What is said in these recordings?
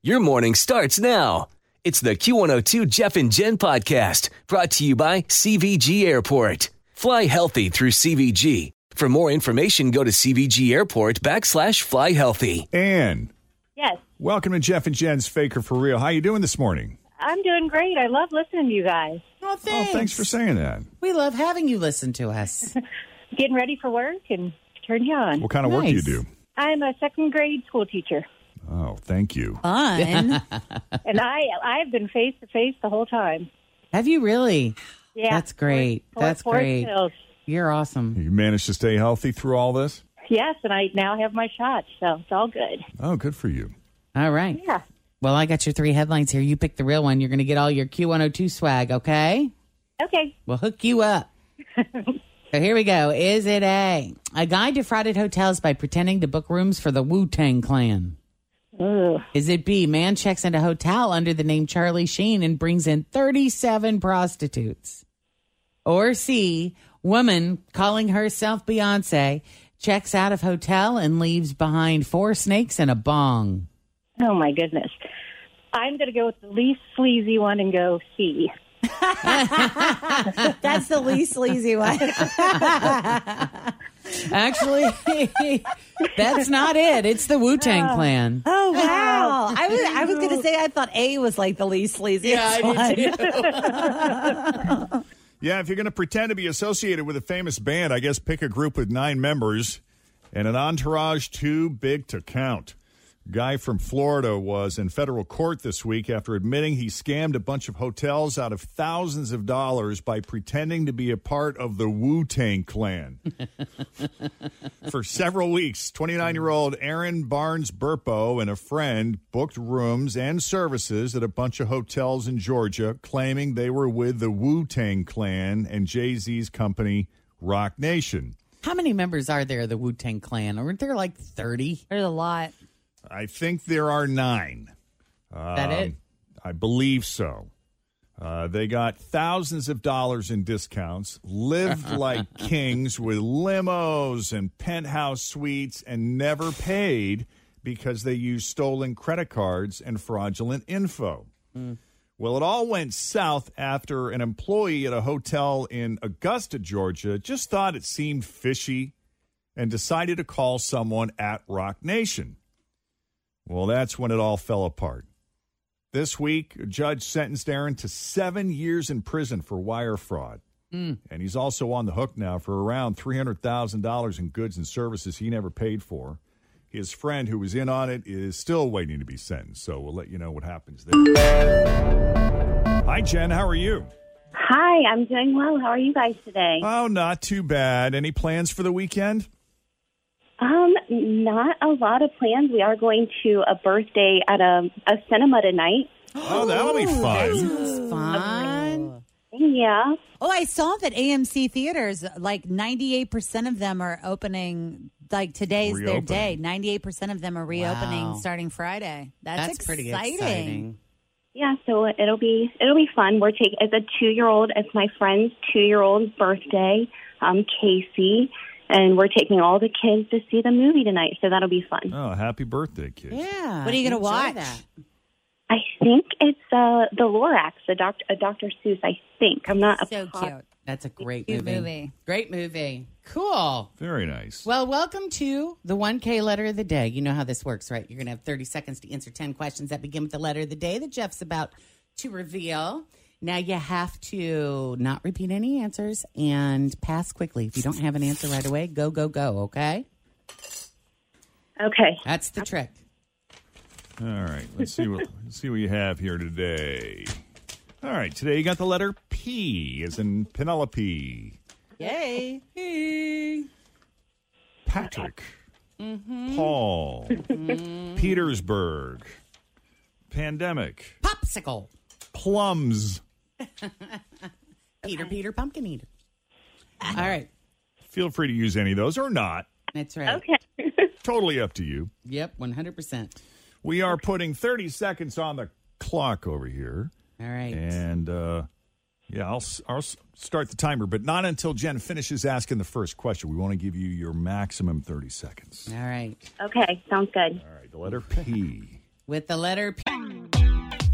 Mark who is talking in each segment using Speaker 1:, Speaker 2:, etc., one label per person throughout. Speaker 1: Your morning starts now. It's the Q102 Jeff and Jen podcast brought to you by CVG Airport. Fly healthy through CVG. For more information, go to CVG Airport backslash fly healthy.
Speaker 2: Ann,
Speaker 3: Yes,
Speaker 2: welcome to Jeff and Jen's Faker for Real. How you doing this morning?
Speaker 3: I'm doing great. I love listening to you guys.
Speaker 4: Oh, thanks.
Speaker 2: Oh, thanks for saying that.
Speaker 4: We love having you listen to us.
Speaker 3: Getting ready for work and turn you on.
Speaker 2: What kind of work do you
Speaker 4: Nice.
Speaker 2: do?
Speaker 3: I'm a second grade school teacher,
Speaker 2: Oh, thank you.
Speaker 5: fun.
Speaker 3: and I I've been face to face the whole time.
Speaker 4: Have you really?
Speaker 3: Yeah,
Speaker 4: That's great.
Speaker 3: Fort-
Speaker 4: That's
Speaker 3: Fort
Speaker 4: great.
Speaker 3: Hills.
Speaker 4: You're awesome.
Speaker 2: You managed to stay healthy through all this?
Speaker 3: Yes, and I now have my shots, so it's all good.
Speaker 2: Oh, good for you.
Speaker 4: All right.
Speaker 3: Yeah.
Speaker 4: Well, I got your three headlines here. You pick the real one. You're going to get all your Q102 swag, okay?
Speaker 3: Okay.
Speaker 4: We'll hook you up. so here we go. Is it A? A guy defrauded hotels by pretending to book rooms for the Wu Tang Clan.
Speaker 3: Ooh.
Speaker 4: Is it B? Man checks into hotel under the name Charlie Sheen and brings in 37 prostitutes. Or C? Woman calling herself Beyonce checks out of hotel and leaves behind four snakes and a bong.
Speaker 3: Oh my goodness. I'm going to go with the least sleazy one and go C.
Speaker 5: That's the least sleazy one.
Speaker 4: Actually, that's not it. It's the Wu Tang Clan.
Speaker 5: Oh wow! I was I was going to say I thought A was like the least sleazy. one.
Speaker 2: Yeah, if you're going to pretend to be associated with a famous band, I guess pick a group with nine members and an entourage too big to count. Guy from Florida was in federal court this week after admitting he scammed a bunch of hotels out of thousands of dollars by pretending to be a part of the Wu Tang Clan. For several weeks, 29 year old Aaron Barnes Burpo and a friend booked rooms and services at a bunch of hotels in Georgia, claiming they were with the Wu Tang Clan and Jay Z's company, Rock Nation.
Speaker 4: How many members are there of the Wu Tang Clan? Aren't there like 30?
Speaker 5: There's a lot.
Speaker 2: I think there are nine. Um,
Speaker 4: that it?
Speaker 2: I believe so. Uh, they got thousands of dollars in discounts, lived like kings with limos and penthouse suites, and never paid because they used stolen credit cards and fraudulent info.
Speaker 4: Mm.
Speaker 2: Well, it all went south after an employee at a hotel in Augusta, Georgia, just thought it seemed fishy and decided to call someone at Rock Nation. Well, that's when it all fell apart. This week, a judge sentenced Aaron to seven years in prison for wire fraud. And he's also on the hook now for around $300,000 in goods and services he never paid for. His friend who was in on it is still waiting to be sentenced, so we'll let you know what happens there. Hi, Jen. How are you?
Speaker 3: Hi, I'm doing well. How are you guys today?
Speaker 2: Oh, not too bad. Any plans for the weekend?
Speaker 3: Um, not a lot of plans. We are going to a birthday at a, a cinema tonight.
Speaker 2: Oh, that'll be fun.
Speaker 4: It's fun.
Speaker 3: Yeah.
Speaker 5: Oh, I saw that AMC theaters like 98 percent of them are opening. Like today's
Speaker 2: Reopening.
Speaker 5: their day. 98 percent of them are reopening
Speaker 4: Wow.
Speaker 5: starting Friday. That's,
Speaker 4: That's, pretty
Speaker 5: exciting.
Speaker 4: exciting.
Speaker 3: Yeah, so it'll be it'll be fun. We're taking it's a two year old. It's my friend's two year old birthday, um, Casey, and we're taking all the kids to see the movie tonight. So that'll be fun.
Speaker 2: Oh, happy birthday, kid.
Speaker 4: Yeah.
Speaker 5: What are you gonna
Speaker 4: enjoy
Speaker 5: watch?
Speaker 4: that.
Speaker 3: I think it's uh, the Lorax, the doc- a Dr. uh, Seuss. I think I'm not a
Speaker 5: So
Speaker 3: pop-
Speaker 5: cute.
Speaker 4: That's a great
Speaker 5: Cute
Speaker 4: movie.
Speaker 5: movie.
Speaker 4: Great movie. Cool.
Speaker 2: Very nice.
Speaker 4: Well, welcome to the 1K letter of the day. You know how this works, right? You're going to have 30 seconds to answer 10 questions that begin with the letter of the day that Jeff's about to reveal. Now you have to not repeat any answers and pass quickly. If you don't have an answer right away, go, go, go, okay?
Speaker 3: Okay.
Speaker 4: That's the trick.
Speaker 2: All right, let's see what let's see what you have here today. All right, today you got the letter P, as in Penelope,
Speaker 4: Yay.
Speaker 2: Patrick, Paul, Petersburg, pandemic,
Speaker 4: Popsicle.
Speaker 2: plums.
Speaker 4: Peter, Peter, pumpkin eater. All right.
Speaker 2: Feel free to use any of those or not.
Speaker 4: That's right.
Speaker 3: Okay.
Speaker 2: Totally up to you.
Speaker 4: Yep, 100%.
Speaker 2: We are putting 30 seconds on the clock over here.
Speaker 4: All right.
Speaker 2: And uh, yeah, I'll, s- I'll s- start the timer, but not until Jen finishes asking the first question. We want to give you your maximum 30 seconds.
Speaker 4: All right.
Speaker 3: Okay. Sounds good.
Speaker 2: All right, the letter P.
Speaker 4: With the letter P.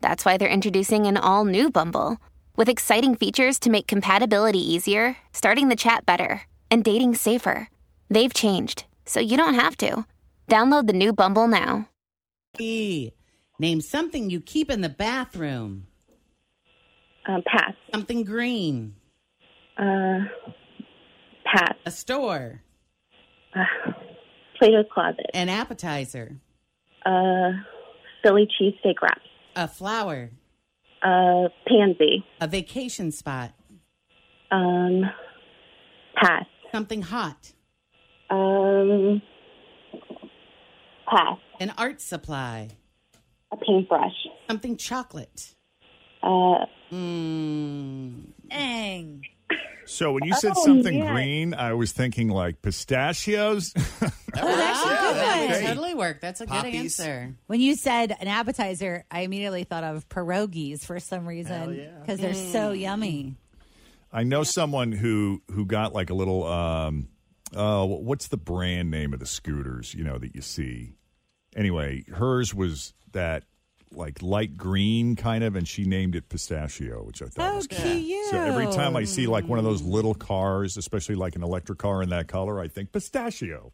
Speaker 6: that's why they're introducing an all new Bumble with exciting features to make compatibility easier, starting the chat better, and dating safer. They've changed, so you don't have to. Download the new Bumble now.
Speaker 4: E. Name something you keep in the bathroom.
Speaker 3: Um, pass.
Speaker 4: Something green.
Speaker 3: Uh, pass.
Speaker 4: A store.
Speaker 3: Uh, Plato's Closet.
Speaker 4: An appetizer.
Speaker 3: Uh, Philly cheesesteak wraps.
Speaker 4: A flower.
Speaker 3: Uh, pansy.
Speaker 4: A vacation spot.
Speaker 3: Um, pass.
Speaker 4: Something hot.
Speaker 3: Um, pass.
Speaker 4: An art supply.
Speaker 3: A paintbrush.
Speaker 4: Something chocolate.
Speaker 3: Uh,
Speaker 4: Mmm.
Speaker 5: Dang.
Speaker 2: So when you said
Speaker 3: Oh,
Speaker 2: something
Speaker 3: yeah.
Speaker 2: green, I was thinking like pistachios.
Speaker 5: Oh, that's a good
Speaker 4: that
Speaker 5: one.
Speaker 4: would totally work. That's a good
Speaker 7: Poppies.
Speaker 4: answer.
Speaker 5: When you said an appetizer, I immediately thought of pierogies for some reason because they're so yummy.
Speaker 2: I know someone who who got like a little um uh what's the brand name of the scooters, you know, that you see. Anyway, hers was that like light green kind of and she named it pistachio, which I thought
Speaker 5: Oh,
Speaker 2: was
Speaker 5: cute.
Speaker 2: So every time I see like one of those little cars, especially like an electric car in that color, I think pistachio.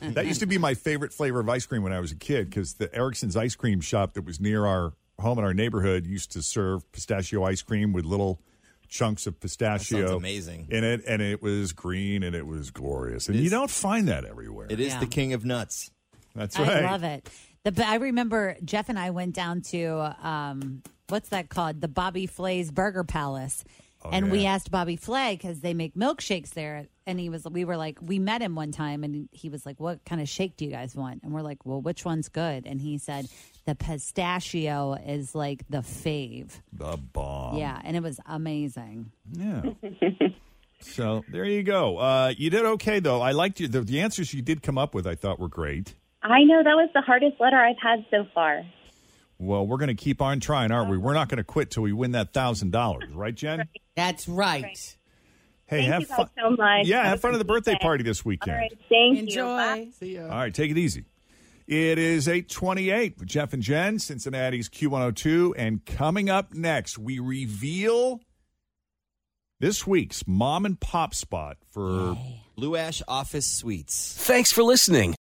Speaker 2: that used to be my favorite flavor of ice cream when I was a kid because the Erickson's ice cream shop that was near our home in our neighborhood used to serve pistachio ice cream with little chunks of pistachio
Speaker 7: amazing.
Speaker 2: in it, and it was green and it was glorious. And you
Speaker 7: is-
Speaker 2: don't find that everywhere.
Speaker 7: It is
Speaker 4: Yeah.
Speaker 7: the king of nuts.
Speaker 2: That's
Speaker 5: I
Speaker 2: right.
Speaker 5: love it. The but I remember Jeff and I went down to um, what's that called? The Bobby Flay's Burger Palace, and we asked Bobby Flay because they make milkshakes there, and he was. We were like, we met him one time, and he was like, "What kind of shake do you guys want?" And we're like, "Well, which one's good?" And he said, "The pistachio is like the fave."
Speaker 2: The bomb.
Speaker 5: yeah, and it was amazing.
Speaker 2: Yeah. so there you go. Uh, you did okay though. I liked you. The, the answers you did come up with, I thought were great.
Speaker 3: I know that was the hardest letter I've had so far.
Speaker 2: Well, we're going to keep on trying, aren't we? We're not going to quit till we win that thousand dollars, right, Jen?
Speaker 4: That's right.
Speaker 2: Hey,
Speaker 3: Thank
Speaker 2: have
Speaker 3: you guys
Speaker 2: fun.
Speaker 3: so much.
Speaker 2: Yeah,
Speaker 3: Have
Speaker 2: have
Speaker 3: a
Speaker 2: fun at the
Speaker 3: great
Speaker 2: birthday
Speaker 3: day.
Speaker 2: party this weekend.
Speaker 3: All right. Thank you. Bye.
Speaker 4: Enjoy.
Speaker 2: All right, take it easy. It is 828 with Jeff and Jen, Cincinnati's Q102. And coming up next, we reveal this week's mom and pop spot for
Speaker 4: Oh.
Speaker 7: Blue Ash Office Suites.
Speaker 1: Thanks for listening